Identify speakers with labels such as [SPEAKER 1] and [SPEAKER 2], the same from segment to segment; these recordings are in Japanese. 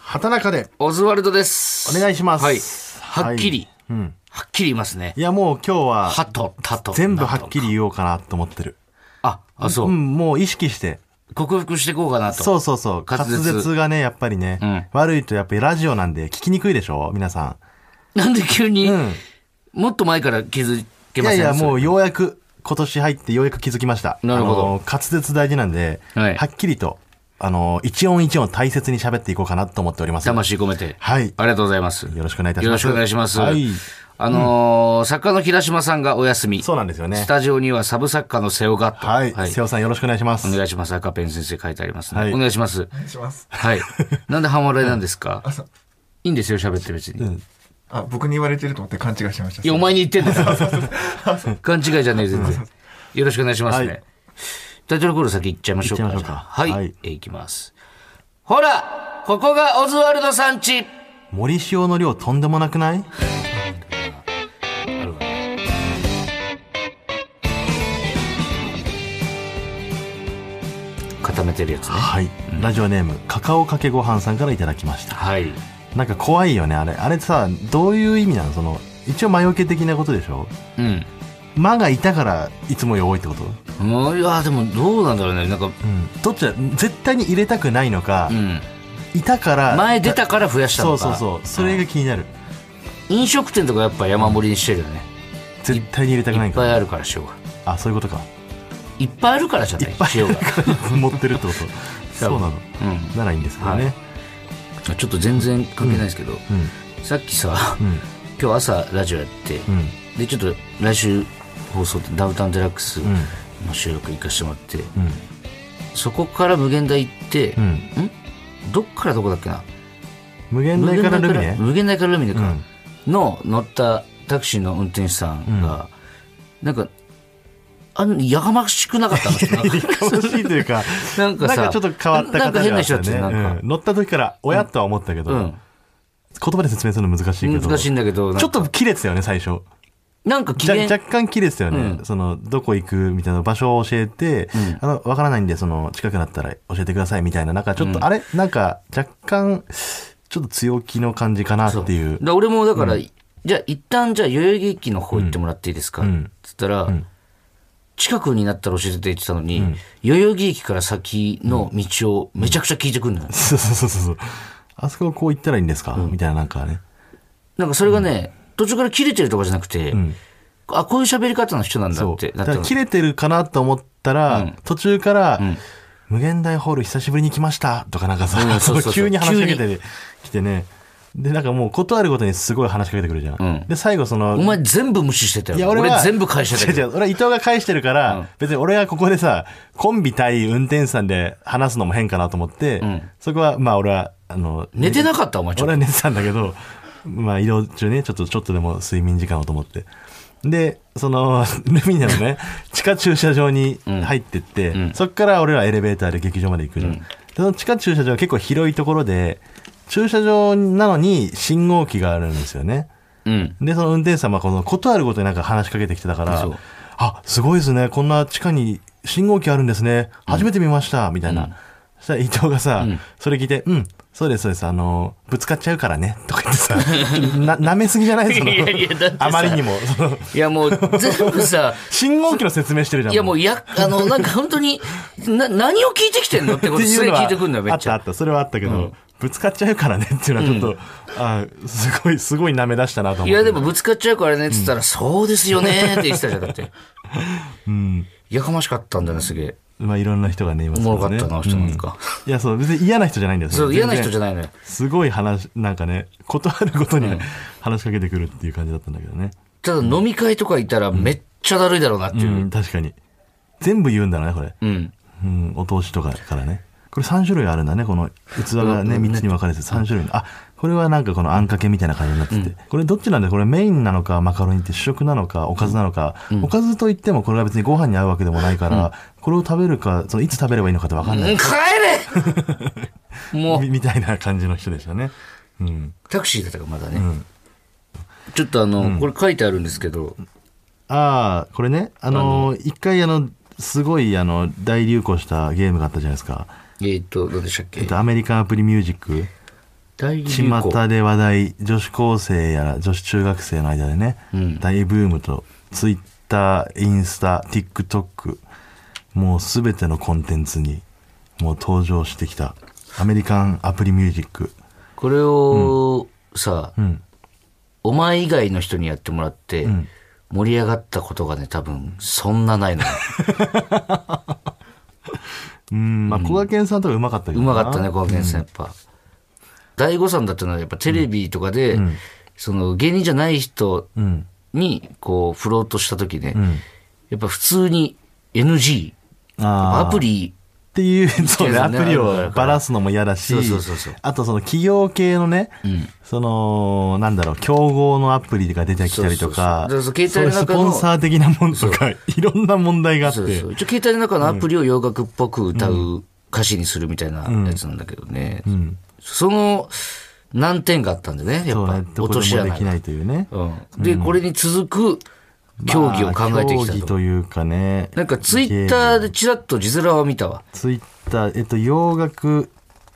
[SPEAKER 1] 畑中で
[SPEAKER 2] オズワルドです。
[SPEAKER 1] お願いします。
[SPEAKER 2] はい。はっきり、
[SPEAKER 1] はいうん。
[SPEAKER 2] はっきり言いますね
[SPEAKER 1] い。や、もう今日
[SPEAKER 2] は
[SPEAKER 1] は、
[SPEAKER 2] と、たと。
[SPEAKER 1] 全部はっき
[SPEAKER 2] り。
[SPEAKER 1] り言おうかなと思ってる。
[SPEAKER 2] あ、あ、そうう。
[SPEAKER 1] ん、もう意識して。
[SPEAKER 2] 克服していこうかなと。
[SPEAKER 1] そうそうそう。
[SPEAKER 2] 滑
[SPEAKER 1] 滑
[SPEAKER 2] 舌
[SPEAKER 1] 舌がね、やっぱりね、
[SPEAKER 2] うん
[SPEAKER 1] 悪いとやっぱりラジオなんで聞きにくいでしょ皆さ
[SPEAKER 2] なんで急
[SPEAKER 1] ん。
[SPEAKER 2] に、
[SPEAKER 1] うん。
[SPEAKER 2] もっと前から気づけ
[SPEAKER 1] い
[SPEAKER 2] ま
[SPEAKER 1] や
[SPEAKER 2] せん
[SPEAKER 1] いや、もう
[SPEAKER 2] う。
[SPEAKER 1] ようやく、今年入ってようやく気づきました。
[SPEAKER 2] なるほど
[SPEAKER 1] あの滑舌大事なんで、
[SPEAKER 2] は
[SPEAKER 1] はいっきりと、あの、一音一音大切に喋っていこうかなと思っております。
[SPEAKER 2] 魂込めて。
[SPEAKER 1] はい
[SPEAKER 2] ありがとうございます。
[SPEAKER 1] よろしくお願いいたし
[SPEAKER 2] よろ
[SPEAKER 1] ま
[SPEAKER 2] し
[SPEAKER 1] す。
[SPEAKER 2] くお願いします。
[SPEAKER 1] はい。
[SPEAKER 2] あのー作家の平島さんがお休み。
[SPEAKER 1] そうなんですよね
[SPEAKER 2] ス。タジオにはサブ作家の瀬尾がと。
[SPEAKER 1] はい。瀬尾さんよろしくお願いします。
[SPEAKER 2] お願いします。赤ペン先生書いてありますね。
[SPEAKER 1] はい
[SPEAKER 2] お願いします。
[SPEAKER 3] お願いします。
[SPEAKER 2] はい。なんで半笑いなんですか
[SPEAKER 3] あ、そう
[SPEAKER 2] いいんですよ、喋って別に。い
[SPEAKER 3] あ、僕に言われてると思って勘違いしてました。
[SPEAKER 2] や、お前に言ってんだ よ。勘違いじゃねえ、全然。よろしくお願いします
[SPEAKER 1] は
[SPEAKER 2] ね。タイトルコール先行っちゃいましょう
[SPEAKER 1] 行
[SPEAKER 2] か
[SPEAKER 1] っちゃいましょうか。
[SPEAKER 2] じゃあは
[SPEAKER 1] はいい。
[SPEAKER 2] え行きます。ほらここがオズワルドさん家
[SPEAKER 1] 森塩の量とんでもなくない
[SPEAKER 2] 固めてるやつね。
[SPEAKER 1] はい、ラジオネームカカオかけご飯さんからいただきました
[SPEAKER 2] はい。
[SPEAKER 1] なんか怖いよねあれあれさどういう意味なのその一応魔除け的なことでしょ
[SPEAKER 2] うん。
[SPEAKER 1] 魔がいたからいつもより多いってこと
[SPEAKER 2] もういや、でもどうなんだろうね。なんか、
[SPEAKER 1] うんどっちだ絶対に入れたくないのか
[SPEAKER 2] う、ん。
[SPEAKER 1] いたから
[SPEAKER 2] 前出たから増やした
[SPEAKER 1] そ
[SPEAKER 2] の
[SPEAKER 1] う
[SPEAKER 2] か。
[SPEAKER 1] そうそうそれが気になる、
[SPEAKER 2] 飲食店とかやっぱ山盛りにしてるよね。
[SPEAKER 1] 絶対に入れたくないい
[SPEAKER 2] っ
[SPEAKER 1] か
[SPEAKER 2] ぱい
[SPEAKER 1] ら
[SPEAKER 2] あるから塩が。
[SPEAKER 1] あそういうことか
[SPEAKER 2] いっぱいあるからじゃない塩が。
[SPEAKER 1] 持ってるってことそうなの
[SPEAKER 2] うん。
[SPEAKER 1] ならいいんですけどね、
[SPEAKER 2] はちょっと全然関係ないですけど、さっきさ、
[SPEAKER 1] うん
[SPEAKER 2] 今日朝ラジオやって、
[SPEAKER 1] うんうん
[SPEAKER 2] で、ちょっと来週放送ってダウンタウンデラックス
[SPEAKER 1] うん
[SPEAKER 2] の収録行かしてもらって、
[SPEAKER 1] うん
[SPEAKER 2] そこから無限大行って、
[SPEAKER 1] うん
[SPEAKER 2] どっからどこだっけな
[SPEAKER 1] 無限大からルミね
[SPEAKER 2] 無限大からルミネ
[SPEAKER 1] う
[SPEAKER 2] か
[SPEAKER 1] ん、
[SPEAKER 2] の乗ったタクシーの運転手さんが、なんか、あの、やがましくなか ったの
[SPEAKER 1] いかましいというか
[SPEAKER 2] なんか
[SPEAKER 1] なん
[SPEAKER 2] さ、
[SPEAKER 1] かちょっと変わっ
[SPEAKER 2] な
[SPEAKER 1] た方
[SPEAKER 2] んか
[SPEAKER 1] で
[SPEAKER 2] 変
[SPEAKER 1] はあ
[SPEAKER 2] な
[SPEAKER 1] った
[SPEAKER 2] 人
[SPEAKER 1] よ
[SPEAKER 2] だった
[SPEAKER 1] ね
[SPEAKER 2] よなん
[SPEAKER 1] うん乗った時から親とは思ったけど、
[SPEAKER 2] か、
[SPEAKER 1] 言葉で説明するの難しいけ
[SPEAKER 2] うん。
[SPEAKER 1] ど
[SPEAKER 2] 難しいんだけど、なん
[SPEAKER 1] ちょ
[SPEAKER 2] か
[SPEAKER 1] っと切れてたよね最初
[SPEAKER 2] なんか機
[SPEAKER 1] じゃ
[SPEAKER 2] 嫌、
[SPEAKER 1] 若干切れてたよね、
[SPEAKER 2] うん
[SPEAKER 1] そのどこ行くみたいな場所を教えて、
[SPEAKER 2] ん
[SPEAKER 1] あのわからないんでその近くなったら教えてくださいみたいななんかちょっと、あれなんか若干ちょっと強気の感じかなっていう
[SPEAKER 2] だ俺もだから、じゃあ一旦じゃあ代々木駅の方行ってもらっていいですか、
[SPEAKER 1] う
[SPEAKER 2] っ
[SPEAKER 1] ん
[SPEAKER 2] つったら、近くになったら教えてって言ってたのに、代々木駅から先の道をめちゃくちゃ聞いてくるのよ。
[SPEAKER 1] そうそうそうそうあそここう行ったらいいんですか、みたいななんかね
[SPEAKER 2] なんかそれがね、途中から切れてるとかじゃなくて、あ、こういう喋り方の人なんだ
[SPEAKER 1] そ
[SPEAKER 2] っ
[SPEAKER 1] う
[SPEAKER 2] てな
[SPEAKER 1] だ
[SPEAKER 2] っ
[SPEAKER 1] か
[SPEAKER 2] た
[SPEAKER 1] ら
[SPEAKER 2] の。
[SPEAKER 1] 切れてるかなと思ったら、途中から、無限大ホール久しぶりに来ました」とかなんかさ、
[SPEAKER 2] うんそうそうそう
[SPEAKER 1] 急に話しかけてきてねでなんかもう断るごとにすごい話しかけてくるじゃん、
[SPEAKER 2] ん
[SPEAKER 1] で最後その
[SPEAKER 2] お前全部無視してたよ。俺
[SPEAKER 1] は
[SPEAKER 2] 全部返してた
[SPEAKER 1] 違う
[SPEAKER 2] よ。
[SPEAKER 1] 違う俺は伊藤が返してるから、別に俺がここでさコンビ対運転手さんで話すのも変かなと思って、そこはまあ俺はあの
[SPEAKER 2] 寝てなかったお前ちょっ
[SPEAKER 1] 俺
[SPEAKER 2] と。
[SPEAKER 1] は寝てたんだけど、まあ移動中ね、ちょっと、ちょっとでも睡眠時間をと思って。で、その、 ルミネの ね、地下駐車場に入ってって、そっから俺らエレベーターで劇場まで行くじゃん。でその地下駐車場は結構広いところで、駐車場なのに信号機があるんですよね。
[SPEAKER 2] うん。
[SPEAKER 1] で、その運転手さんはこのことあるごとになんか話しかけてきてた
[SPEAKER 2] そ
[SPEAKER 1] から
[SPEAKER 2] う、
[SPEAKER 1] あ、すごいですね。こんな地下に信号機あるんですね。初めて見ました。みたいな。そしたら伊藤がさ、それ聞いて、うん、そうです、そうです。あの、ぶつかっちゃうからね。とか言ってさ、 ちょっとな、舐めすぎじゃないその
[SPEAKER 2] いやいやだってさ
[SPEAKER 1] あまりにも。その
[SPEAKER 2] いやもう全部 さ、
[SPEAKER 1] 信号機の説明してるじゃん。
[SPEAKER 2] いやもうや、あの、なんか本当に、な、何を聞いてきてんのってことす
[SPEAKER 1] って
[SPEAKER 2] げ
[SPEAKER 1] いう
[SPEAKER 2] え
[SPEAKER 1] のは
[SPEAKER 2] 聞いてくんのよ、めっちゃ
[SPEAKER 1] あっ。たあったそれはあったけど、ぶつかっちゃうからねっていうのはちょっと、あすごいすごい舐め出したなと思って
[SPEAKER 2] いや、でもぶつかっちゃうからねって言ったら、そうですよねって言ってたじゃん、だ って。やかましかったんだよね、すげえ。
[SPEAKER 1] まあいろんな人がねいま
[SPEAKER 2] お
[SPEAKER 1] す
[SPEAKER 2] も
[SPEAKER 1] け
[SPEAKER 2] ろか
[SPEAKER 1] ど
[SPEAKER 2] っ
[SPEAKER 1] ね
[SPEAKER 2] たな、あの人なんか。
[SPEAKER 1] いや、そう、別に嫌な人じゃないんだよ。
[SPEAKER 2] そう、嫌な人じゃ
[SPEAKER 1] い。
[SPEAKER 2] ないのよ。
[SPEAKER 1] すごい話、なんかね、断るごとに話しかけてくるっていう感じだったんだけどね。
[SPEAKER 2] ただ飲み会とかいたらめっちゃだるいだろうなって
[SPEAKER 1] う
[SPEAKER 2] いう。
[SPEAKER 1] ん、確かに。全部言うんだろうね、これ。
[SPEAKER 2] うん。
[SPEAKER 1] うん、お通しとかからね。これ3種類あるんだねこの器がね
[SPEAKER 2] うん
[SPEAKER 1] 3つに分かれて3種類のあこれはなんかこのあんかけみたいな感じになってて、これどっちなんだこれメインなのかマカロニって主食なのかおかずなのか、おかずといってもこれは別にご飯に合うわけでもないから、これを食べるかそのいつ食べればいいのかって分かんない、
[SPEAKER 2] うん帰 れもう
[SPEAKER 1] みみたいな感じの人でしたね。うん、
[SPEAKER 2] タクシーだったからまだね、
[SPEAKER 1] ん
[SPEAKER 2] ちょっとあの、これ書いてあるんですけど
[SPEAKER 1] ああこれねあのー一回あのすごいあの大流行したゲームがあったじゃないですか、
[SPEAKER 2] えーっと何でしたっけ、
[SPEAKER 1] えっと、アメリカンアプリミュージック
[SPEAKER 2] 大流行
[SPEAKER 1] 巷で話題女子高生やら女子中学生の間でね、
[SPEAKER 2] うん
[SPEAKER 1] 大ブームとツイッターインスタ TikTok もう全てのコンテンツにもう登場してきたアメリカンアプリミュージック
[SPEAKER 2] これをさ、
[SPEAKER 1] うん
[SPEAKER 2] お前以外の人にやってもらって、
[SPEAKER 1] ん
[SPEAKER 2] 盛り上がったことがね多分そんなないの
[SPEAKER 1] うんまあこがけんさんとかうまかったけ
[SPEAKER 2] う
[SPEAKER 1] ど
[SPEAKER 2] まかったねこがけんさんやっぱ、大悟さんだったのはやっぱテレビとかで、その芸人じゃない人
[SPEAKER 1] うん
[SPEAKER 2] にこう振ろうとした時ね、
[SPEAKER 1] ん
[SPEAKER 2] やっぱ普通に NG
[SPEAKER 1] あー
[SPEAKER 2] アプリ
[SPEAKER 1] っていう、そうね、
[SPEAKER 2] だ
[SPEAKER 1] ア
[SPEAKER 2] ね
[SPEAKER 1] プリをばらすのも嫌だし
[SPEAKER 2] そうそうそうそう、
[SPEAKER 1] あとその企業系のね、その、なんだろう、競合のアプリが出てきたりとか、
[SPEAKER 2] そうそうそうだからそ
[SPEAKER 1] そ
[SPEAKER 2] 携帯
[SPEAKER 1] うう
[SPEAKER 2] の
[SPEAKER 1] ス
[SPEAKER 2] 中
[SPEAKER 1] ポ
[SPEAKER 2] の
[SPEAKER 1] ンサー的なものとか、いろんな問題があって、
[SPEAKER 2] そうそう一応携帯の中のアプリを洋楽っぽく歌う歌詞にするみたいなやつなんだけどね、その難点があったんでねや
[SPEAKER 1] そ
[SPEAKER 2] っ
[SPEAKER 1] う
[SPEAKER 2] ぱ
[SPEAKER 1] ねど
[SPEAKER 2] 落
[SPEAKER 1] こと
[SPEAKER 2] し
[SPEAKER 1] でも
[SPEAKER 2] 穴
[SPEAKER 1] で
[SPEAKER 2] が
[SPEAKER 1] きないというね。
[SPEAKER 2] うん、で、これに続く競技を考えてき
[SPEAKER 1] まあ競技
[SPEAKER 2] たと。
[SPEAKER 1] というかね、
[SPEAKER 2] なんかツイッターでちらっと字面を見たわ。
[SPEAKER 1] ツイッター、えっと、洋楽、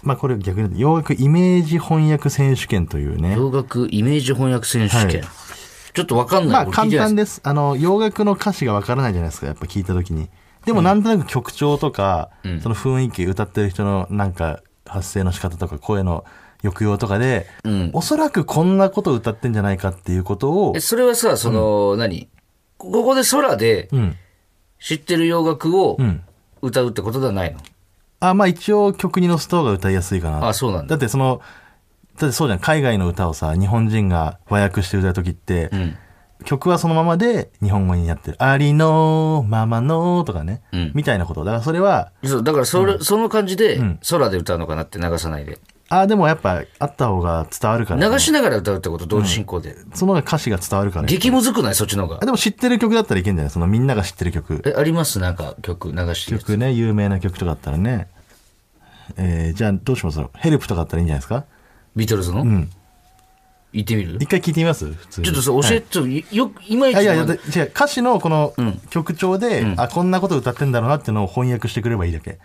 [SPEAKER 1] まあこれ逆に、洋楽イメージ翻訳選手権というね、
[SPEAKER 2] 洋楽イメージ翻訳選手権。
[SPEAKER 1] は
[SPEAKER 2] ちょっとわかん
[SPEAKER 1] ま
[SPEAKER 2] ない。
[SPEAKER 1] あ
[SPEAKER 2] これ聞い
[SPEAKER 1] 簡
[SPEAKER 2] てない
[SPEAKER 1] 単
[SPEAKER 2] で
[SPEAKER 1] です。あの、洋楽の歌詞がわからないじゃないですか、やっぱ聞いたときに。でもなんとなく曲調とか、その雰囲気、歌ってる人のなんか発声の仕方とか声の抑揚とかで、おそらくこんなこと歌ってんじゃないかっていうことを
[SPEAKER 2] すえ、それはさ、その、何こここで空で
[SPEAKER 1] うん。
[SPEAKER 2] 知ってる洋楽を
[SPEAKER 1] うん。
[SPEAKER 2] 歌うってことではないの、
[SPEAKER 1] あ、まあ一応曲に乗せた方が歌いやすいかな。
[SPEAKER 2] あそうなんだ
[SPEAKER 1] だってその、だってそうじゃん、海外の歌をさ、日本人が和訳して歌うときって、
[SPEAKER 2] ん
[SPEAKER 1] 曲はそのままで日本語になってる。ありのままのとかね、
[SPEAKER 2] うん
[SPEAKER 1] みたいなこと。だからそれは、
[SPEAKER 2] そう、だからそれ、その感じで
[SPEAKER 1] ん
[SPEAKER 2] 空で歌うのかなって流さないで。
[SPEAKER 1] あでもやっぱあった方が伝わるから、
[SPEAKER 2] 流しながら歌うってこと同時進行で。
[SPEAKER 1] その方が歌詞が伝わるから、
[SPEAKER 2] 激むずくないそっちの方
[SPEAKER 1] あ
[SPEAKER 2] が。
[SPEAKER 1] でも知ってる曲だったらいけんじゃないそのみんなが知ってる曲
[SPEAKER 2] え、ありますなんか曲流してるやつ
[SPEAKER 1] 曲ね有名な曲とかだったらねえーじゃあどうしますヘルプとかだったらいいんじゃないですか
[SPEAKER 2] ビートルズの、
[SPEAKER 1] ん
[SPEAKER 2] 行ってみる
[SPEAKER 1] 一回聞いてみます普通に
[SPEAKER 2] ちょっとそれ教え
[SPEAKER 1] はい
[SPEAKER 2] て、い、よく、いまい
[SPEAKER 1] あ
[SPEAKER 2] ち。
[SPEAKER 1] いやいやだ違う歌詞のこの曲調で、あこんなこと歌ってんだろうなっていうのを翻訳してくればいいだけ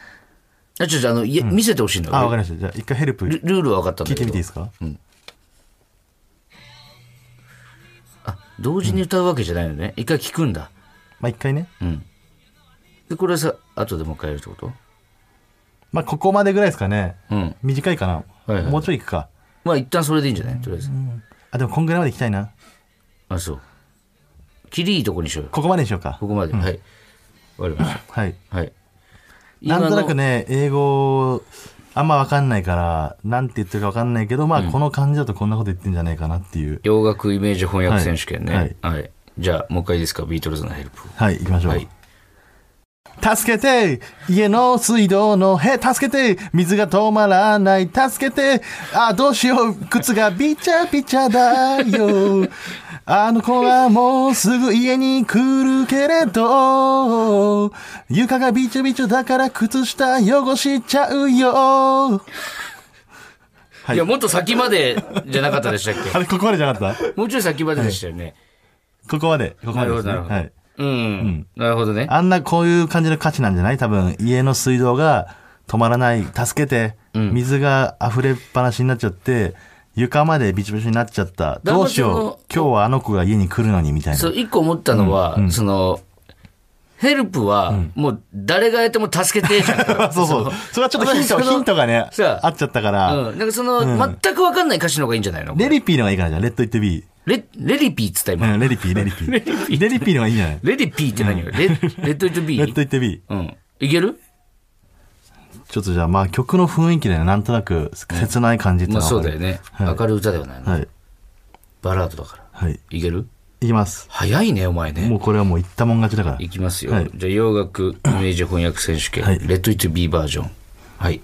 [SPEAKER 2] あちょっとあの、いや見せてほしいんだ
[SPEAKER 1] あわか
[SPEAKER 2] 俺
[SPEAKER 1] りましたじゃあ一回ヘルプ
[SPEAKER 2] ルルールは分かったん
[SPEAKER 1] 聞
[SPEAKER 2] だ
[SPEAKER 1] い
[SPEAKER 2] けど。
[SPEAKER 1] てみていいですか
[SPEAKER 2] 同時に歌うわけじゃないのね。一回聞くんだ。
[SPEAKER 1] まあ一回ね
[SPEAKER 2] で、これはさ、後でもう一回やるってこと
[SPEAKER 1] まあここまでぐらいですかね、
[SPEAKER 2] うん。
[SPEAKER 1] 短いかな、
[SPEAKER 2] はいはい
[SPEAKER 1] もうちょいいくか
[SPEAKER 2] まあ、一旦それでいいんじゃないとりあえず。
[SPEAKER 1] あでもこんぐらいまでいきたいな
[SPEAKER 2] あ、そう。切りいいとこにしようよ。
[SPEAKER 1] ここまでにしようか
[SPEAKER 2] ここまで。はい。終わかりまし
[SPEAKER 1] はい
[SPEAKER 2] た。はい。
[SPEAKER 1] なんとなく
[SPEAKER 2] ね。
[SPEAKER 1] ね、英語、あんまわかんないから、なんて言ってるかわかんないけど、まあ、この感じだとこんなこと言ってんじゃないかなっていう。
[SPEAKER 2] 洋楽イメージ翻訳選手権ね。は
[SPEAKER 1] はいい。
[SPEAKER 2] じゃあ、もう一回いいですかビートルズのヘルプ。
[SPEAKER 1] はい、行きましょう。
[SPEAKER 2] はい
[SPEAKER 1] 助けて家の水道のへ助けて水が止まらない助けてあどうしよう靴がびちゃびちゃだ よあの子はもうすぐ家に来るけれど床がびちゃびちゃだから靴下汚しちゃうよはい
[SPEAKER 2] いや、もっと先までじゃなかったでしたっ
[SPEAKER 1] あ
[SPEAKER 2] け
[SPEAKER 1] れここまでじゃなかった
[SPEAKER 2] もうちょい先まででしたよね。
[SPEAKER 1] ここまで、ここまでですね。
[SPEAKER 2] なるほど
[SPEAKER 1] は。
[SPEAKER 2] ないうん。なるほどね。
[SPEAKER 1] あんなこういう感じの価値なんじゃない多分、家の水道が止まらない、助けて、水が溢れっぱなしになっちゃって、床までビチビチになっちゃった。
[SPEAKER 2] だ
[SPEAKER 1] どうし
[SPEAKER 2] そ
[SPEAKER 1] よ
[SPEAKER 2] の
[SPEAKER 1] う。今日はあの子が家に来るのに、みたいな。
[SPEAKER 2] そう、一個思ったのは、その、ヘルプは、もう、誰がやっても助けてじゃん
[SPEAKER 1] そうそう。それはちょっとヒント、
[SPEAKER 2] その
[SPEAKER 1] ヒントがね、
[SPEAKER 2] そう
[SPEAKER 1] あっちゃったから、
[SPEAKER 2] うん。なんかその、全くわかんない歌詞の方がいいんじゃないの
[SPEAKER 1] レリピーのがいいかな、じゃあレッドイットビ
[SPEAKER 2] レ、レリピーっつった今。
[SPEAKER 1] ー。うん、レ リピー、レリピー。レリピーのがいいんじゃない
[SPEAKER 2] レリピーって何よ、レ、レッドイットビ
[SPEAKER 1] レッド
[SPEAKER 2] ー
[SPEAKER 1] イットビー。
[SPEAKER 2] うん。いける
[SPEAKER 1] ちょっとじゃあ、まあ曲の雰囲気でね、なんとなく切ない感じって
[SPEAKER 2] ま
[SPEAKER 1] の
[SPEAKER 2] あ
[SPEAKER 1] は
[SPEAKER 2] そ
[SPEAKER 1] わ
[SPEAKER 2] う
[SPEAKER 1] か
[SPEAKER 2] だ
[SPEAKER 1] る
[SPEAKER 2] よね。
[SPEAKER 1] はい
[SPEAKER 2] 明るい歌ではないの。
[SPEAKER 1] はい。
[SPEAKER 2] バラードだから。
[SPEAKER 1] はい。
[SPEAKER 2] いける
[SPEAKER 1] いきます。
[SPEAKER 2] 早いね、お前ね。
[SPEAKER 1] もうこれはもう言ったもん勝ちだから
[SPEAKER 2] い。きますよ。
[SPEAKER 1] はい
[SPEAKER 2] じゃあ、洋楽イメージ翻訳選手権、
[SPEAKER 1] はい
[SPEAKER 2] レッドイットビーバージョン。はい。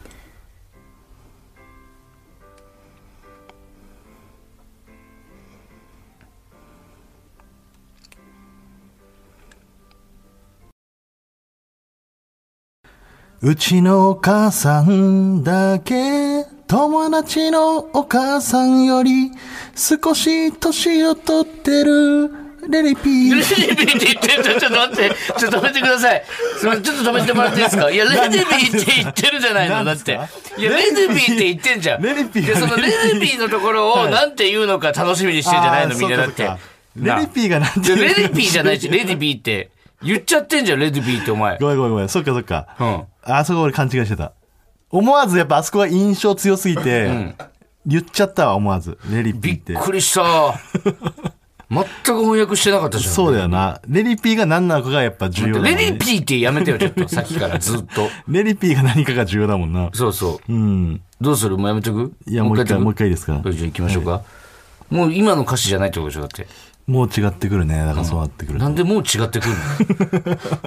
[SPEAKER 1] うちのお母さんだけ友達のお母さんより少し年を取ってるレレピ
[SPEAKER 2] レディ
[SPEAKER 1] ー
[SPEAKER 2] ビーって言ってるちょっと待って、ちょっと止めてください。すみません、ちょっと止めてもらっていいですかいや、レディビーって言ってるじゃないの、だ
[SPEAKER 1] な
[SPEAKER 2] っ
[SPEAKER 1] んです
[SPEAKER 2] て。い
[SPEAKER 1] か
[SPEAKER 2] や、レディビーって言ってんじゃん。
[SPEAKER 1] レディビー
[SPEAKER 2] で、そのレディビーのところをなんて言うのか楽しみにしてんじゃないの、
[SPEAKER 1] あー
[SPEAKER 2] みんなだって
[SPEAKER 1] そうか。そう
[SPEAKER 2] な
[SPEAKER 1] かレディビーがなんて言うの
[SPEAKER 2] レディビーじゃないし、レディビーって。言っちゃってんじゃん、レディビーってお 前。
[SPEAKER 1] ごめんごめんごめん。そっかそっか。
[SPEAKER 2] うん
[SPEAKER 1] あそこ俺勘違いしてた。思わずやっぱあそこが印象強すぎて、言っちゃったわ、思わず。レリピ
[SPEAKER 2] び
[SPEAKER 1] ーっ。
[SPEAKER 2] ってくりした。全く翻訳してなかったじゃん。
[SPEAKER 1] そうだよな。レリピーが何なのかがやっぱ重要だもん
[SPEAKER 2] レ
[SPEAKER 1] ね
[SPEAKER 2] ディピーってやめてよ、ちょっと。さっきからずっと。
[SPEAKER 1] レリピーが何かが重要だもんな。
[SPEAKER 2] そうそう。
[SPEAKER 1] うん。
[SPEAKER 2] どうするもうやめとく
[SPEAKER 1] いや、もう一回、もう一回いいですか
[SPEAKER 2] じゃあ行きましょうか。もう今の歌詞じゃないってことでしょだって。
[SPEAKER 1] もう違ってくるね。だからそうなってくると。
[SPEAKER 2] なんでもう違ってくる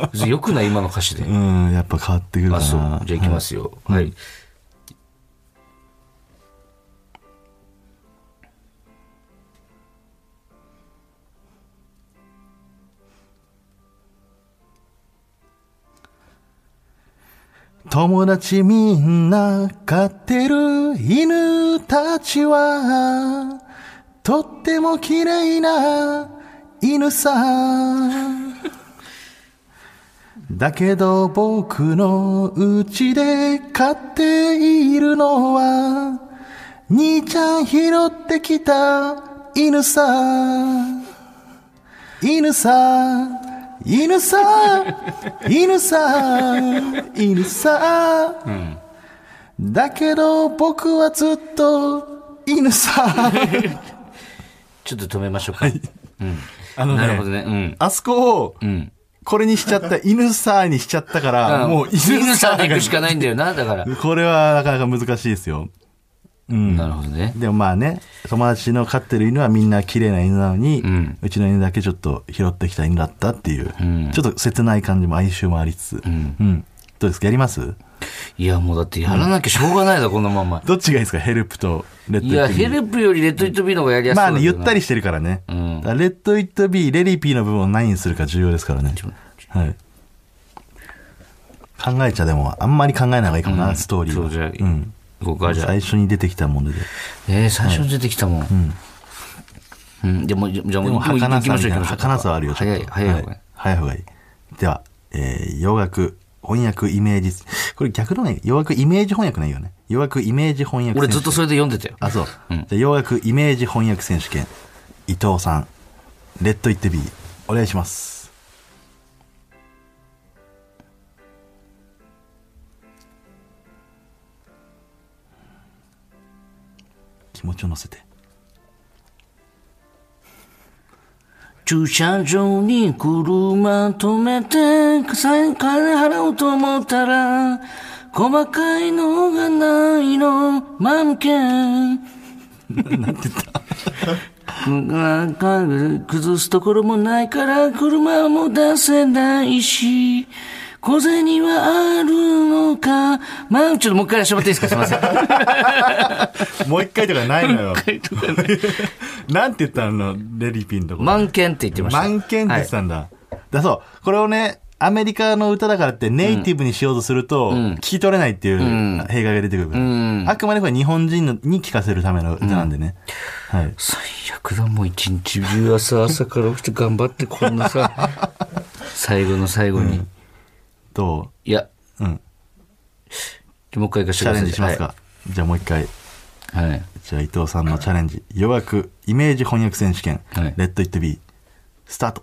[SPEAKER 2] の別に良くない今の歌詞で。
[SPEAKER 1] うん、やっぱ変わってくるな。
[SPEAKER 2] あ、そう。じゃあ行きますよ。はい。
[SPEAKER 1] 友達みんな飼ってる犬たちはとっても綺麗な犬さ だけど僕の家で飼っているのは兄ちゃん拾ってきた犬さ犬さ犬さ犬さ犬さ、だけど僕はずっと犬さ
[SPEAKER 2] ちょっと止めましょうか。
[SPEAKER 1] あの
[SPEAKER 2] なるほどね。うん。
[SPEAKER 1] あそこを
[SPEAKER 2] ん
[SPEAKER 1] これにしちゃった犬さにしちゃったか
[SPEAKER 2] だからら
[SPEAKER 1] もう
[SPEAKER 2] 犬
[SPEAKER 1] 犬
[SPEAKER 2] さ
[SPEAKER 1] さ
[SPEAKER 2] んで行くしか
[SPEAKER 1] が
[SPEAKER 2] ないんだよな、だから。
[SPEAKER 1] これはなかなか難しいですよ
[SPEAKER 2] なるほどね。
[SPEAKER 1] でもまあね友達の飼ってる犬はみんな綺麗な犬なのに、うんちの犬だけちょっと拾ってきた犬だったっていう、
[SPEAKER 2] ん
[SPEAKER 1] ちょっと切ない感じも哀愁もありつつ、うんどうですかやります
[SPEAKER 2] いや、もうだってやらなきゃしょうがないだ、このまま。
[SPEAKER 1] どっちがいいですかヘルプとレッド・イ
[SPEAKER 2] い
[SPEAKER 1] ッ
[SPEAKER 2] や、
[SPEAKER 1] ト・ビ
[SPEAKER 2] ヘ
[SPEAKER 1] ー。
[SPEAKER 2] ルプよりレッド・イット・ビーの方がやりやすい。
[SPEAKER 1] まあね、ゆった
[SPEAKER 2] り。
[SPEAKER 1] りしてるからね。
[SPEAKER 2] ん
[SPEAKER 1] だからレッド・イット・ビー、レリピーの部分を何にするか重要ですからね。はい。考えちゃでも、あんまり考えない方がいいかもな、ストーリーは。
[SPEAKER 2] そうじゃあ
[SPEAKER 1] ん。
[SPEAKER 2] ここはじゃあ
[SPEAKER 1] 最初に出てきたもので。
[SPEAKER 2] えー、最初に出てきたもん。うん。じゃあもう、じゃあもう、
[SPEAKER 1] でも
[SPEAKER 2] 行き
[SPEAKER 1] 儚
[SPEAKER 2] ましょう、
[SPEAKER 1] さ
[SPEAKER 2] 行き
[SPEAKER 1] みたいな
[SPEAKER 2] ましょう。
[SPEAKER 1] 儚さはあるよ、ちょっと
[SPEAKER 2] 早い、早い方
[SPEAKER 1] は
[SPEAKER 2] が
[SPEAKER 1] い。早い方がいい。では、えー洋楽、翻訳、イメージ、これ逆のね、洋楽、イメージ翻訳ないよね。洋楽、イメージ翻訳選
[SPEAKER 2] 俺
[SPEAKER 1] 手
[SPEAKER 2] ずっとそれで読んでたよ。
[SPEAKER 1] あ、そう。じゃあ洋楽、イメージ翻訳選手権、伊藤さん、レッド・イット・ビー、お願いします。気持ちを乗せて。
[SPEAKER 2] 駐車場に車止めて、金払おうと思ったら、細かいのがないの、マムケン。 なんて言った崩すところもないから、車も出せないし、小銭はあるのか、まあ、ちょっともう一回やらせてもらっていいですかすいません。
[SPEAKER 1] もう一回とかないのよ。なんて言ったのレリピンのところ。
[SPEAKER 2] 満件って言ってました。
[SPEAKER 1] 満点って言ってたんだ。だそう。これをね、アメリカの歌だからってネイティブにしようとすると、聞き取れないっていう弊害が出てくるから。あくまでこれ日本人のに聞かせるための歌なんでね。はい。
[SPEAKER 2] 最悪だもう一日中朝朝から起きて頑張ってこんな さ最後の最後に、
[SPEAKER 1] ど
[SPEAKER 2] いや
[SPEAKER 1] ううん。
[SPEAKER 2] もう一回行かせ
[SPEAKER 1] チ
[SPEAKER 2] て
[SPEAKER 1] ャ
[SPEAKER 2] くだ
[SPEAKER 1] レ
[SPEAKER 2] さい
[SPEAKER 1] ンジしますか。じゃあもう一回。
[SPEAKER 2] はい、はい
[SPEAKER 1] じゃあ伊藤さんのチャレンジ。予約イメージ翻訳選手権。
[SPEAKER 2] はい
[SPEAKER 1] レッド・イット・ビー。スタート。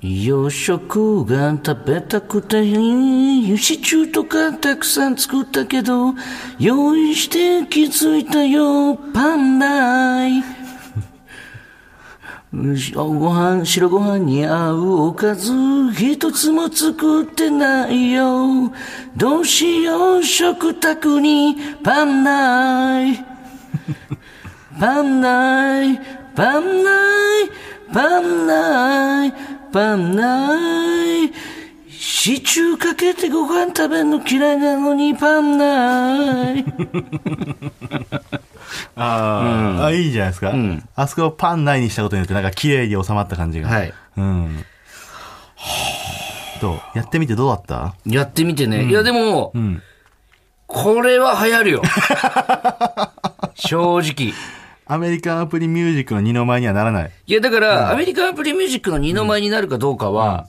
[SPEAKER 2] 洋食が食べたくて油脂中とかたくさん作ったけど用意して気づいたよパンダイご飯白ご飯に合うおかず一つも作ってないよどうしよう食卓にパンないパンないパンないパンないパンないシチューかけてご飯食べんの嫌いなのにパン ない。
[SPEAKER 1] あ、あ、いいじゃないですか、
[SPEAKER 2] ん
[SPEAKER 1] あそこをパン内にしたことによってなんか綺麗に収まった感じが
[SPEAKER 2] はい
[SPEAKER 1] うんどうやってみてどうだった
[SPEAKER 2] やってみてね。いや、でも、
[SPEAKER 1] ん
[SPEAKER 2] これは流行 るよ。正直。
[SPEAKER 1] アメリカンアプリミュージックの二の前にはならない
[SPEAKER 2] いや、だから、アメリカンアプリミュージックの二の舞になるかどうかは、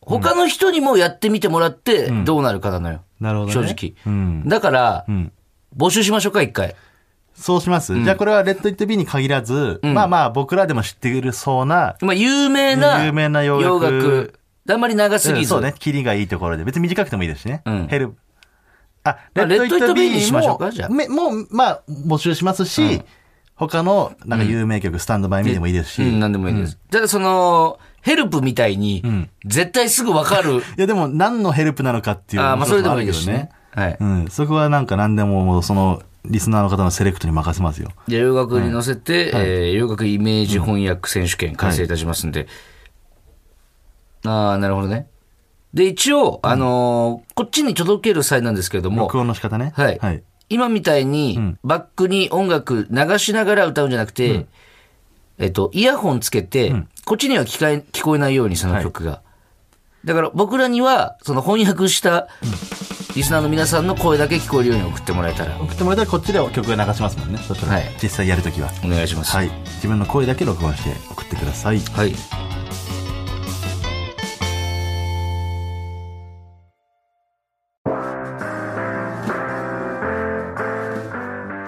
[SPEAKER 2] 他の人にもやってみてもらって、どうなるかなのよ。
[SPEAKER 1] なるほど
[SPEAKER 2] 正
[SPEAKER 1] ね
[SPEAKER 2] 直。
[SPEAKER 1] うん
[SPEAKER 2] だから、
[SPEAKER 1] ん
[SPEAKER 2] 募集しましょうか、一回。
[SPEAKER 1] そうします、じゃあこれはレッド・イット・ビーに限らず、まあまあ僕らでも知ってるそうな、
[SPEAKER 2] まあ、有名な、
[SPEAKER 1] 有名な洋楽
[SPEAKER 2] あんまり長すぎず。
[SPEAKER 1] そうね、キリがいいところで。別に短くてもいいですしね。
[SPEAKER 2] うん
[SPEAKER 1] ヘルあ、
[SPEAKER 2] まあ
[SPEAKER 1] レッド・
[SPEAKER 2] レッド
[SPEAKER 1] イット・ビー
[SPEAKER 2] イットビーに
[SPEAKER 1] に
[SPEAKER 2] し
[SPEAKER 1] し
[SPEAKER 2] ま
[SPEAKER 1] ま
[SPEAKER 2] し
[SPEAKER 1] し
[SPEAKER 2] ょ
[SPEAKER 1] ょ
[SPEAKER 2] う
[SPEAKER 1] う
[SPEAKER 2] か
[SPEAKER 1] か
[SPEAKER 2] じ
[SPEAKER 1] じ
[SPEAKER 2] ゃ
[SPEAKER 1] ゃ
[SPEAKER 2] あ
[SPEAKER 1] もう、まあ、募集しますし、他の、なんか有名曲、スタンド・バイ・ミーでもいいですし。
[SPEAKER 2] うん、
[SPEAKER 1] い
[SPEAKER 2] なんでもいいです。ただ、その、ヘルプみたいに、絶対すぐわかる。
[SPEAKER 1] や、でも、何のヘルプなのかっていう
[SPEAKER 2] あーまあ、それでもいい
[SPEAKER 1] 面
[SPEAKER 2] で
[SPEAKER 1] 白
[SPEAKER 2] す
[SPEAKER 1] さ
[SPEAKER 2] ね。
[SPEAKER 1] あるけど
[SPEAKER 2] はい。
[SPEAKER 1] うん。そこはなんか何でも、もうその、リスナーの方のセレクトに任せますよ。
[SPEAKER 2] じゃあ洋楽に載せて、えー洋楽イメージ翻訳選手権開催いたしますんで。ああ、なるほどね。で、一応、あのーこっちに届ける際なんですけれども、
[SPEAKER 1] 録音の仕方ね。
[SPEAKER 2] はい。
[SPEAKER 1] はい。
[SPEAKER 2] 今みたいに、バックに音楽流しながら歌うんじゃなくて、えっと、イヤホンつけて、こっちには聞かえ聞こえないように、その曲が。だから僕らには、その翻訳した、リスナーの皆さんの声だけ聞こえるように送ってもらえたら、
[SPEAKER 1] 送ってもらえたらこっちでは曲が流しますもんね。そしたら、
[SPEAKER 2] はい
[SPEAKER 1] 実際やるときは。
[SPEAKER 2] お願いします。
[SPEAKER 1] はい。自分の声だけ録音して送ってください。
[SPEAKER 2] はい。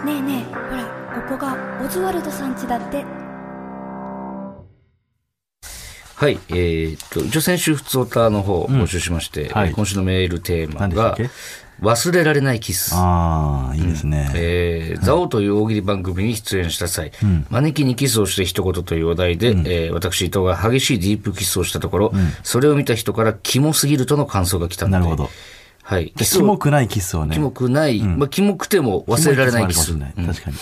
[SPEAKER 4] ねえねえほらここがオズワルドさん家だって
[SPEAKER 2] はい、えーっと、一応先週、普通オタの方、募集しまして、
[SPEAKER 1] はい
[SPEAKER 2] えー今週のメールテーマ
[SPEAKER 1] 何でした
[SPEAKER 2] が
[SPEAKER 1] っけ、
[SPEAKER 2] 忘れられないキス。
[SPEAKER 1] ああ、いいですね。
[SPEAKER 2] えー、ザオという大喜利番組に出演した際、招きにキスをして一言というお題で、えー私、伊藤が激しいディープキスをしたところ、それを見た人から、キモすぎるとの感想が来たので、
[SPEAKER 1] なるほど。
[SPEAKER 2] はい、キス
[SPEAKER 1] キ
[SPEAKER 2] を
[SPEAKER 1] モくないキスをね。
[SPEAKER 2] キモくない、まあ、キモくても忘れられないキス。
[SPEAKER 1] キモいキスもあるかもしれない確かに。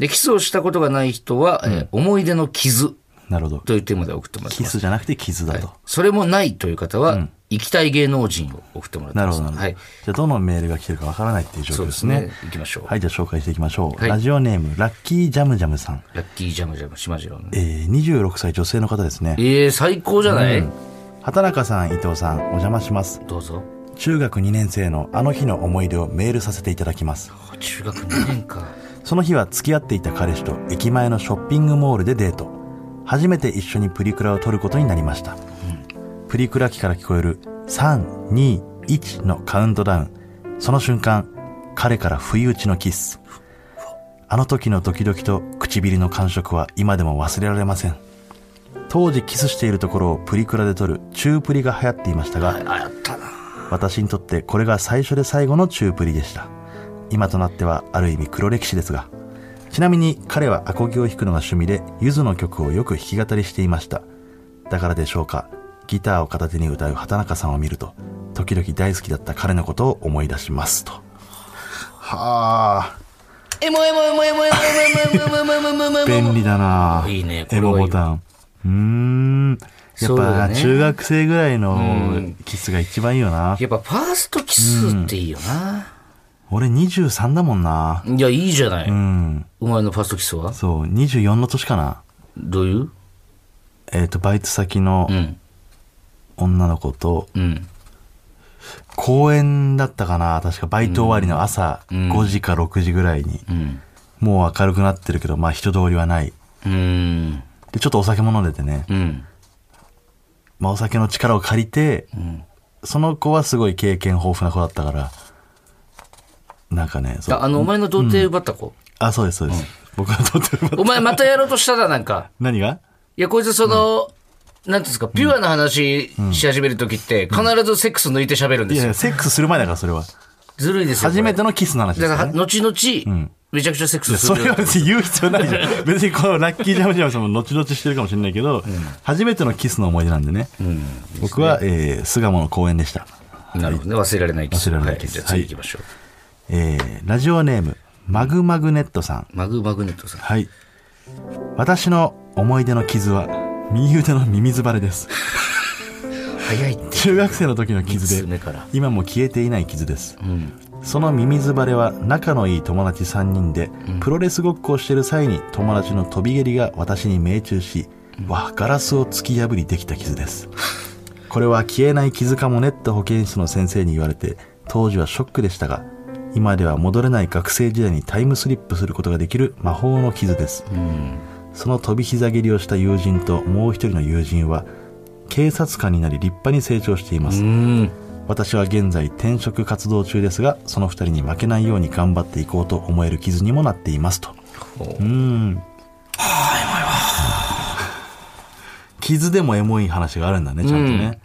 [SPEAKER 2] で、キスをしたことがない人は、えー思い出の傷
[SPEAKER 1] なるほど。
[SPEAKER 2] というテーマで送ってもらって
[SPEAKER 1] キ
[SPEAKER 2] ます
[SPEAKER 1] スじゃなくて傷だと。
[SPEAKER 2] それもないという方は、行きたい芸能人を送ってもらって
[SPEAKER 1] なる
[SPEAKER 2] ま
[SPEAKER 1] ほ
[SPEAKER 2] す。
[SPEAKER 1] ど、なるほど。
[SPEAKER 2] はい。
[SPEAKER 1] じゃあ、どのメールが来てるかわからないっていう状況です
[SPEAKER 2] そう
[SPEAKER 1] ね
[SPEAKER 2] です。ね行きましょう
[SPEAKER 1] はい、じゃあ紹介していきましょう。
[SPEAKER 2] はい
[SPEAKER 1] ラジオネーム、ラッキージャムジャムさん。
[SPEAKER 2] ラッキージャムジャム、島次郎の
[SPEAKER 1] え。ー、26歳女性の方ですね。
[SPEAKER 2] ええ最高じゃない、
[SPEAKER 1] 畑中さん、伊藤さん、お邪魔します。
[SPEAKER 2] どうぞ。
[SPEAKER 1] 中学2年生のあの日の思い出をメールさせていただきます。
[SPEAKER 2] 中学2年か。
[SPEAKER 1] その日は付き合っていた彼氏と駅前のショッピングモールでデート初めて一緒にプリクラを撮ることになりました、プリクラ機から聞こえる321のカウントダウンその瞬間彼から不意打ちのキスあの時のドキドキと唇の感触は今でも忘れられません当時キスしているところをプリクラで撮る中プリが流行っていましたが、
[SPEAKER 2] あ、やったな。
[SPEAKER 1] 私にとってこれが最初で最後のチュープリでした今となってはある意味黒歴史ですがちなみに彼はアコギを弾くのが趣味でゆずの曲をよく弾き語りしていましただからでしょうかギターを片手に歌う畑中さんを見ると時々大好きだった彼のことを思い出しますとはあ
[SPEAKER 2] えもえもえもえもえもえもえもえもえもえもえもえも
[SPEAKER 1] 便
[SPEAKER 2] え
[SPEAKER 1] 利だない
[SPEAKER 2] いねこ
[SPEAKER 1] エ
[SPEAKER 2] れは
[SPEAKER 1] ゴ
[SPEAKER 2] いい
[SPEAKER 1] ボタンうーんや
[SPEAKER 2] そ
[SPEAKER 1] っ
[SPEAKER 2] うだ
[SPEAKER 1] ぱ、
[SPEAKER 2] ね
[SPEAKER 1] 中学生ぐらいのキスが一番いいよな、
[SPEAKER 2] やっぱファーストキスっていいよな。
[SPEAKER 1] 俺23だもんない
[SPEAKER 2] や、いいじゃない。
[SPEAKER 1] うん
[SPEAKER 2] お前のファーストキスは
[SPEAKER 1] そう、24の年かな。
[SPEAKER 2] どういう
[SPEAKER 1] えっ、と、バイト先の
[SPEAKER 2] うん。
[SPEAKER 1] 女の子と、
[SPEAKER 2] うん。
[SPEAKER 1] 公園だったかな。確かバイト終わりの朝、5時か6時ぐらいに。
[SPEAKER 2] うん。
[SPEAKER 1] もう明るくなってるけど、まあ人通りはない。
[SPEAKER 2] うん。
[SPEAKER 1] で、ちょっとお酒も飲んでてね。
[SPEAKER 2] うん。
[SPEAKER 1] まあお酒の力を借りて、その子はすごい経験豊富な子だったから、なんかね、そう
[SPEAKER 2] ああの、お前の童貞奪った子。
[SPEAKER 1] あ、そうです、そうです。僕はとっても、
[SPEAKER 2] お前またやろうとしただ、なんか。
[SPEAKER 1] 何が
[SPEAKER 2] いや、こいつその、なんていうんですか、ピュアな話し始めるときって、必ずセックス抜いて喋るんです
[SPEAKER 1] いやい
[SPEAKER 2] よ。
[SPEAKER 1] や、セックスする前だから、それは。
[SPEAKER 2] ずるいですよ。これ
[SPEAKER 1] 初めてのキスの話です
[SPEAKER 2] だ
[SPEAKER 1] か
[SPEAKER 2] からら、
[SPEAKER 1] ね、
[SPEAKER 2] 後々、めちゃくちゃセックスす
[SPEAKER 1] そ
[SPEAKER 2] るよ。
[SPEAKER 1] れは別に言う必要ないじ ゃん。別にこのラッキージャムジャムさんも後々してるかもしれないけど、初めてのキスの思い出なんでね。僕は、えー巣鴨の公園でした。
[SPEAKER 2] なるほどね。忘れられないキス。
[SPEAKER 1] 忘れられない
[SPEAKER 2] は
[SPEAKER 1] キス
[SPEAKER 2] じゃあ次行きましょう。
[SPEAKER 1] えーラジオネーム、マグマグネットさん。
[SPEAKER 2] マグマグネットさん。
[SPEAKER 1] はい。私の思い出の傷は、右腕のミミズバレです。
[SPEAKER 2] 早いって
[SPEAKER 1] 中学生の時の
[SPEAKER 2] 三
[SPEAKER 1] 傷
[SPEAKER 2] つ
[SPEAKER 1] で
[SPEAKER 2] 目から
[SPEAKER 1] 今も消えていない傷です
[SPEAKER 2] うん
[SPEAKER 1] そのミミズバレは仲のいい友達3人で、プロレスごっこをしてる際に友達の飛び蹴りが私に命中し、わガラスを突き破りできた傷です。これは消えない傷かもねって保健室の先生に言われて、当時はショックでしたが、今では戻れない学生時代にタイムスリップすることができる魔法の傷です。その飛び膝蹴りをした友人ともう一人の友人は、警察官になり立派に成長しています。
[SPEAKER 2] うん
[SPEAKER 1] 私は現在転職活動中ですがその2人に負けないように頑張っていこうと思える傷にもなっていますと
[SPEAKER 2] ほ
[SPEAKER 1] うーん傷でもエモい話があるんだねちゃんとね、
[SPEAKER 2] うん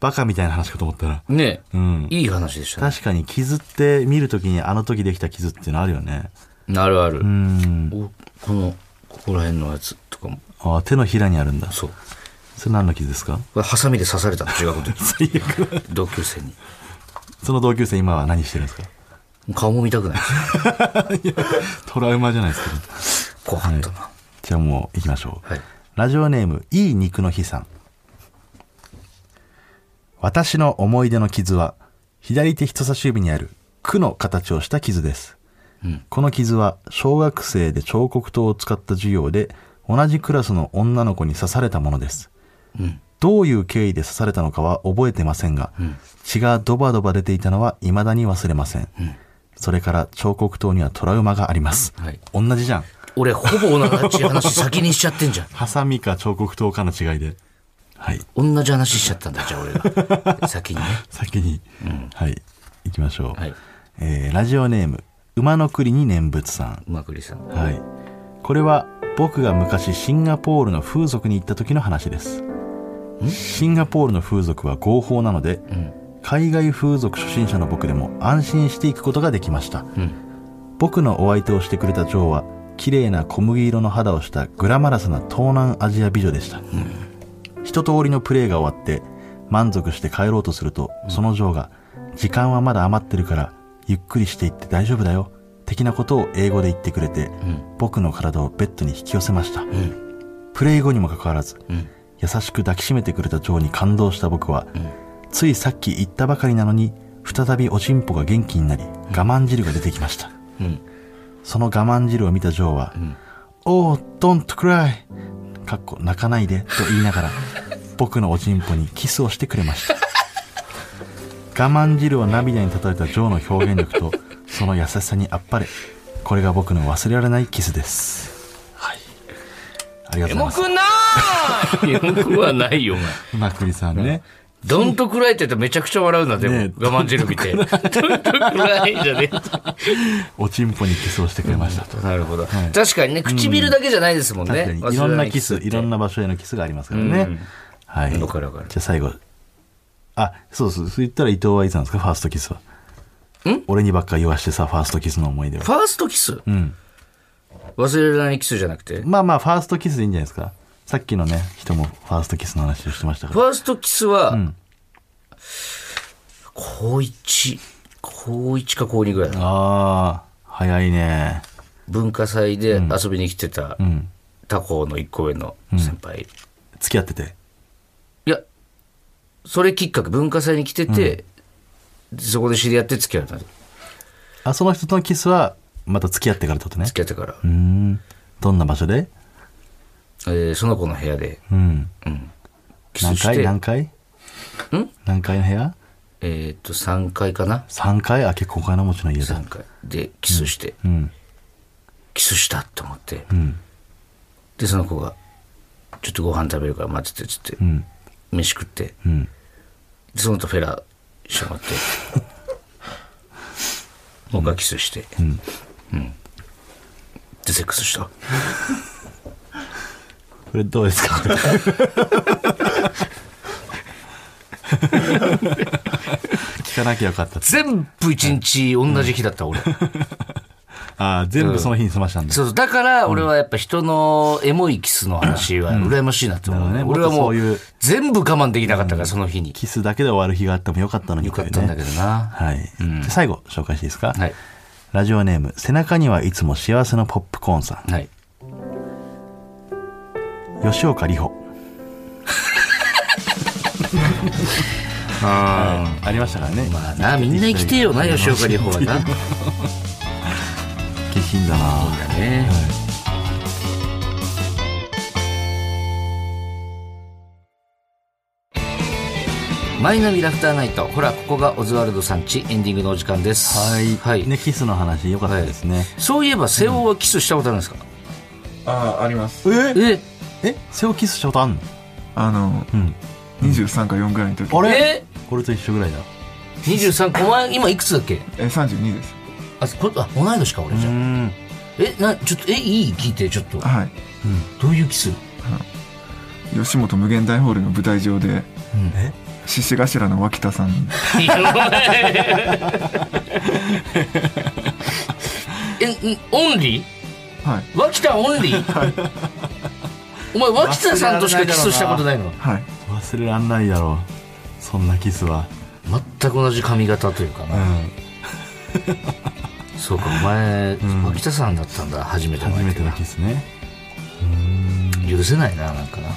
[SPEAKER 1] バカみたいな話かと思ったら
[SPEAKER 2] うねえ
[SPEAKER 1] うん
[SPEAKER 2] いい話でしたね
[SPEAKER 1] 確かに傷って見るときにあの時できた傷っていうのあるよね
[SPEAKER 2] あるある
[SPEAKER 1] うん
[SPEAKER 2] おこのここら辺のやつとかも
[SPEAKER 1] あ手のひらにあるんだ
[SPEAKER 2] そう
[SPEAKER 1] それ何の傷ですか
[SPEAKER 2] これハサミで刺されたの中学の時
[SPEAKER 1] 最悪
[SPEAKER 2] 同級生に
[SPEAKER 1] その同級生今は何してるんですか
[SPEAKER 2] 顔も見たくないし
[SPEAKER 1] トラウマじゃないですけど
[SPEAKER 2] 怖かったな、
[SPEAKER 1] じゃあもう行きましょう。
[SPEAKER 2] はい
[SPEAKER 1] ラジオネーム、いい肉の日さん。私の思い出の傷は、左手人差し指にある、区の形をした傷です。この傷は、小学生で彫刻刀を使った授業で、同じクラスの女の子に刺されたものです。どういう経緯で刺されたのかは覚えてませんが、血がドバドバ出ていたのは未だに忘れません。それから彫刻刀にはトラウマがあります。
[SPEAKER 2] はい
[SPEAKER 1] 同じじゃん。
[SPEAKER 2] 俺ほぼ同じ話先にしちゃってんじゃん
[SPEAKER 1] ハサミか彫刻刀かの違いで。はい。
[SPEAKER 2] 同じ話しちゃったんだじゃあ俺 が先にね
[SPEAKER 1] 先に。はい。行きましょう。
[SPEAKER 2] はい
[SPEAKER 1] えーラジオネーム、馬の栗に念仏さん。
[SPEAKER 2] うまくりさん
[SPEAKER 1] はい。これは、僕が昔シンガポールの風俗に行った時の話です。シンガポールの風俗は合法なので、海外風俗初心者の僕でも安心して行くことができました。僕のお相手をしてくれたジョーは、綺麗な小麦色の肌をしたグラマラスな東南アジア美女でした。一通りのプレーが終わって満足して帰ろうとすると、そのジョーが「時間はまだ余ってるからゆっくりしていって大丈夫だよ」的なことを英語で言ってくれて、僕の体をベッドに引き寄せました、プレイ後にもかかわらず、優しく抱きしめてくれたジョーに感動した僕は、ついさっき言ったばかりなのに再びおちんぽが元気になり我慢汁が出てきました、その我慢汁を見たジョーは「おお don't cry」かっこ泣かないでと言いなが ら僕のおちんぽにキスをしてくれました我慢汁を涙に例えたジョーの表現力とその優しさにあっぱれこれが僕の忘れられないキスですはいありがと
[SPEAKER 2] エ
[SPEAKER 1] うござい
[SPEAKER 2] モ
[SPEAKER 1] ます
[SPEAKER 2] く ないエモくはないよお前
[SPEAKER 1] 今栗さんね
[SPEAKER 2] どんとくらいって言ったらめちゃくちゃ笑うなでも、
[SPEAKER 1] ねえ
[SPEAKER 2] 我慢汁見てどんとくらいじゃね
[SPEAKER 1] おちんぽにキスをしてくれましたと
[SPEAKER 2] えなるほど、確かにね唇だけじゃないですもん
[SPEAKER 1] 確か
[SPEAKER 2] ね
[SPEAKER 1] にいろんなキス
[SPEAKER 2] 忘れ
[SPEAKER 1] いろんな場所へのキスがありますからね、
[SPEAKER 2] うん
[SPEAKER 1] はいじゃ
[SPEAKER 2] わかるわかる
[SPEAKER 1] あ最後あそうそうそう言ったら伊藤はいつなんですかファーストキスは俺にばっか言わしてさファーストキスの思い出を
[SPEAKER 2] ファーストキス、
[SPEAKER 1] ん
[SPEAKER 2] 忘れられないキスじゃなくて
[SPEAKER 1] まあまあ、ファーストキスでいいんじゃないですか。さっきのね、人もファーストキスの話をしてましたか
[SPEAKER 2] フ
[SPEAKER 1] ら。
[SPEAKER 2] ァーストキスは、高一高一か高二ぐらいだな
[SPEAKER 1] ああ、早いね。
[SPEAKER 2] 文化祭で遊びに来てた、他校の一個上の先輩、
[SPEAKER 1] 付き合ってて。
[SPEAKER 2] いやそれきっかけ文化祭に来てて、そこで知り合って付き合った付
[SPEAKER 1] あ、その人とのキスは、また付き合ってからってことね。
[SPEAKER 2] き合ってから、
[SPEAKER 1] うーん。どんな場所で
[SPEAKER 2] えーその子の部屋で
[SPEAKER 1] うん。
[SPEAKER 2] キス
[SPEAKER 1] 何
[SPEAKER 2] して
[SPEAKER 1] 階何階ん何階の部屋
[SPEAKER 2] えーっと3回かな
[SPEAKER 1] ?3 階あ、結構お金持ちの家だ
[SPEAKER 2] 3。回でキスして、
[SPEAKER 1] うん。
[SPEAKER 2] キスしたと思って、
[SPEAKER 1] ん
[SPEAKER 2] でその子が「ちょっとご飯食べるから待ってて」っつって、
[SPEAKER 1] うん。
[SPEAKER 2] 飯食って
[SPEAKER 1] うん。
[SPEAKER 2] でその後フェラして もらって僕がキスしてうん、でセックスした
[SPEAKER 1] これどうですか 聞かなきゃよかったっす
[SPEAKER 2] 全部一日同じ日だった俺、
[SPEAKER 1] ああ、全部その日に済ましたんだ。
[SPEAKER 2] そうそうだから俺はやっぱ人のエモいキスの話は羨ましいなと思う、
[SPEAKER 1] なるほどね
[SPEAKER 2] 俺はも
[SPEAKER 1] もっとそういう
[SPEAKER 2] う全部我慢できなかったからその日に、
[SPEAKER 1] キスだけで終わる日があってもよかったのに
[SPEAKER 2] よかっ
[SPEAKER 1] という
[SPEAKER 2] たんだけ
[SPEAKER 1] ね
[SPEAKER 2] どな、
[SPEAKER 1] はい、じゃあ最後紹介していいですか、
[SPEAKER 2] はい
[SPEAKER 1] ラジオネーム背中にはいつも幸せのポップコーンさん
[SPEAKER 2] はい
[SPEAKER 1] 吉岡里帆
[SPEAKER 5] あ
[SPEAKER 1] ありましたからね
[SPEAKER 2] まあなみんな生きてえよな吉岡里帆はな
[SPEAKER 1] 下品だな、
[SPEAKER 2] ねマイナビラフターナイトほらここがオズワルドさんちエンディングのお時間です
[SPEAKER 1] はい、
[SPEAKER 2] はい、
[SPEAKER 1] ねキスの話良かったですね、
[SPEAKER 2] そういえば瀬尾はキスしたことあるんですか、
[SPEAKER 3] ああ、あります。
[SPEAKER 1] え
[SPEAKER 2] え
[SPEAKER 1] え背をキスしたことあんの
[SPEAKER 3] あの、
[SPEAKER 1] うん
[SPEAKER 3] 23か4ぐらいの時。
[SPEAKER 1] あれ
[SPEAKER 2] え
[SPEAKER 1] これと一緒ぐらいだ
[SPEAKER 2] 23お前今いくつだっけ
[SPEAKER 3] え、32です。
[SPEAKER 2] あこあ同い年か俺じゃ、
[SPEAKER 1] ん
[SPEAKER 2] えなちょっとえいい聞いてちょっと
[SPEAKER 3] はい。
[SPEAKER 2] どういうキス
[SPEAKER 3] 吉本無限大ホールの舞台上で、
[SPEAKER 1] え
[SPEAKER 3] 獅子頭の脇田さんに、
[SPEAKER 2] いやお前 えんオンリー
[SPEAKER 3] はい。
[SPEAKER 2] 脇田オンリーお前脇田さんとしかキスしたことないの
[SPEAKER 3] はい。
[SPEAKER 1] 忘れらんないだろうそんなキスは
[SPEAKER 2] 全く同じ髪型というかな、そうかお前、
[SPEAKER 1] ん
[SPEAKER 2] 脇田さんだったんだ初めての
[SPEAKER 1] 初
[SPEAKER 2] 相
[SPEAKER 1] め
[SPEAKER 2] 手
[SPEAKER 1] ての
[SPEAKER 2] が
[SPEAKER 1] キスね
[SPEAKER 2] 許せないななんかな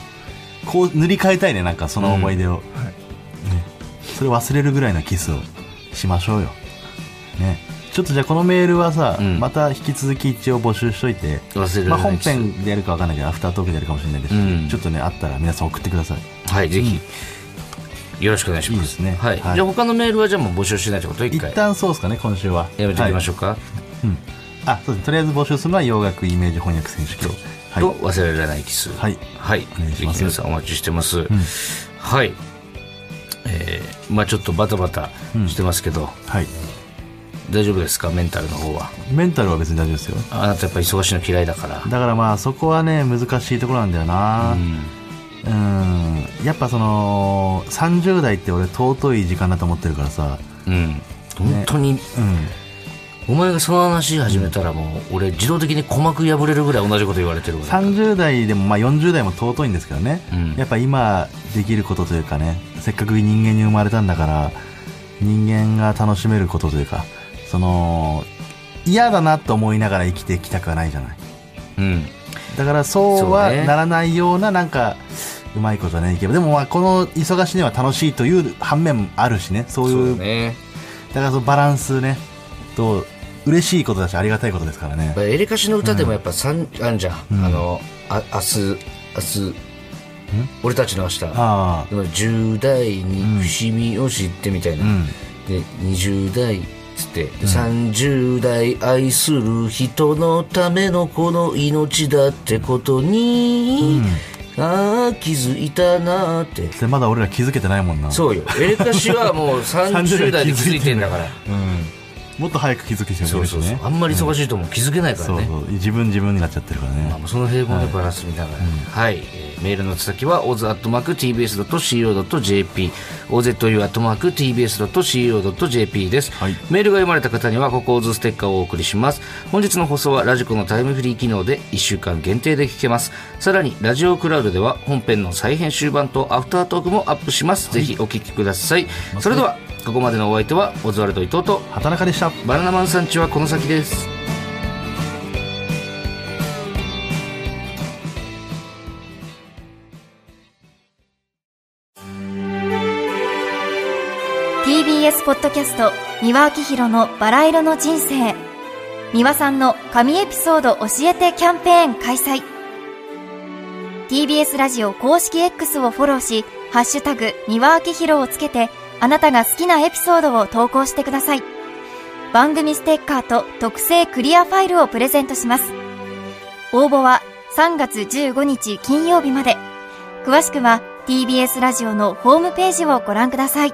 [SPEAKER 1] こう塗り替えたいねなんかその思い出を、
[SPEAKER 3] んはい
[SPEAKER 1] ね、それ忘れるぐらいのキスをしましょうよねちょっとじゃあこのメールはさ、
[SPEAKER 2] うん
[SPEAKER 1] また引き続き一応募集しといて
[SPEAKER 2] 忘れられな
[SPEAKER 1] まあ、
[SPEAKER 2] い
[SPEAKER 1] 本編でやるか分かんないけどアフタートークでやるかもしれないですし、
[SPEAKER 2] うん
[SPEAKER 1] ちょっとねあったら皆さん送ってください
[SPEAKER 2] はいぜひ、よろしくお願いします
[SPEAKER 1] いいですね
[SPEAKER 2] はい
[SPEAKER 1] はい
[SPEAKER 2] じゃあ他のメールはじゃあもう募集しないってこと一
[SPEAKER 1] 一
[SPEAKER 2] 回や
[SPEAKER 1] 旦そうですかね今週は
[SPEAKER 2] めていきまし
[SPEAKER 1] ょ
[SPEAKER 2] ょうか、
[SPEAKER 1] う、はいうん、あそうですとりあえず募集するのは洋楽イメージ翻訳選手権はい、
[SPEAKER 2] と忘れられないキス
[SPEAKER 1] はい
[SPEAKER 2] はい
[SPEAKER 1] お願いします
[SPEAKER 2] ぜひ皆さんお待ちしてます、はいえー、まあちょっとバタバタしてますけど、
[SPEAKER 1] はい、
[SPEAKER 2] 大丈夫ですかメンタルの方は
[SPEAKER 1] メンタルは別に大丈夫ですよ
[SPEAKER 2] あなたやっぱ忙しいの嫌いだから
[SPEAKER 1] だからまあそこはね難しいところなんだよなうんやっぱその30代って俺尊い時間だと思ってるからさ
[SPEAKER 2] うん本当に、お前がその話始めたらもう俺自動的に鼓膜破れるぐらい同じこと言われてるわ
[SPEAKER 1] 30代でもまあ40代も尊いんですけどね、
[SPEAKER 2] うん
[SPEAKER 1] やっぱ今できることというかねせっかく人間に生まれたんだから人間が楽しめることというかその嫌だなと思いながら生きてきたくはないじゃない
[SPEAKER 2] うん
[SPEAKER 1] だからそうは
[SPEAKER 2] そうね
[SPEAKER 1] ならないようななんかうまいことはねいけばでもまあこの忙しいのは楽しいという反面もあるしねそう
[SPEAKER 2] そ
[SPEAKER 1] いう
[SPEAKER 2] うね
[SPEAKER 1] だからそのバランスねと嬉しいことだしありがたいことですからね
[SPEAKER 2] やっぱエレカシの歌でもやっぱ三、あんじゃん、あのあ明日明日俺たちの明日
[SPEAKER 1] あ
[SPEAKER 2] でも10代に伏見を知ってみたいな、
[SPEAKER 1] ん
[SPEAKER 2] で20代っつって、で30代愛する人のためのこの命だってことに、ああ気づいたなーって
[SPEAKER 1] あでまだ俺ら気づけてないもんな
[SPEAKER 2] そうよエレカシはもう30代で気づいてんだから
[SPEAKER 1] もっと早く気づく人
[SPEAKER 2] そ
[SPEAKER 1] もいうるし
[SPEAKER 2] そうそう
[SPEAKER 1] ね
[SPEAKER 2] あんまり忙しいともう気づけないからね、
[SPEAKER 1] そうそう自分自分になっちゃってるからね、
[SPEAKER 2] まあもうその平凡なバランス見ながら、はいえーメールの先は oz.tbs.co.jp ozu.tbs.co.jp です、
[SPEAKER 1] はい
[SPEAKER 2] メールが読まれた方にはここ oz ステッカーをお送りします本日の放送はラジコのタイムフリー機能で1週間限定で聞けますさらにラジオクラウドでは本編の再編集版とアフタートークもアップします、ぜひお聞きくださいそれではここまでのお相手はオズワルド伊藤と
[SPEAKER 1] 畑中でした
[SPEAKER 2] バナナマンさんちはこの先です
[SPEAKER 4] ー TBS ポッドキャスト三輪明宏のバラ色の人生三輪さんの神エピソード教えてキャンペーン開催 TBS ラジオ公式 X をフォローし「ハッシュタグ三輪明宏」をつけてあなたが好きなエピソードを投稿してください番組ステッカーと特製クリアファイルをプレゼントします応募は3月15日金曜日まで詳しくは TBS ラジオのホームページをご覧ください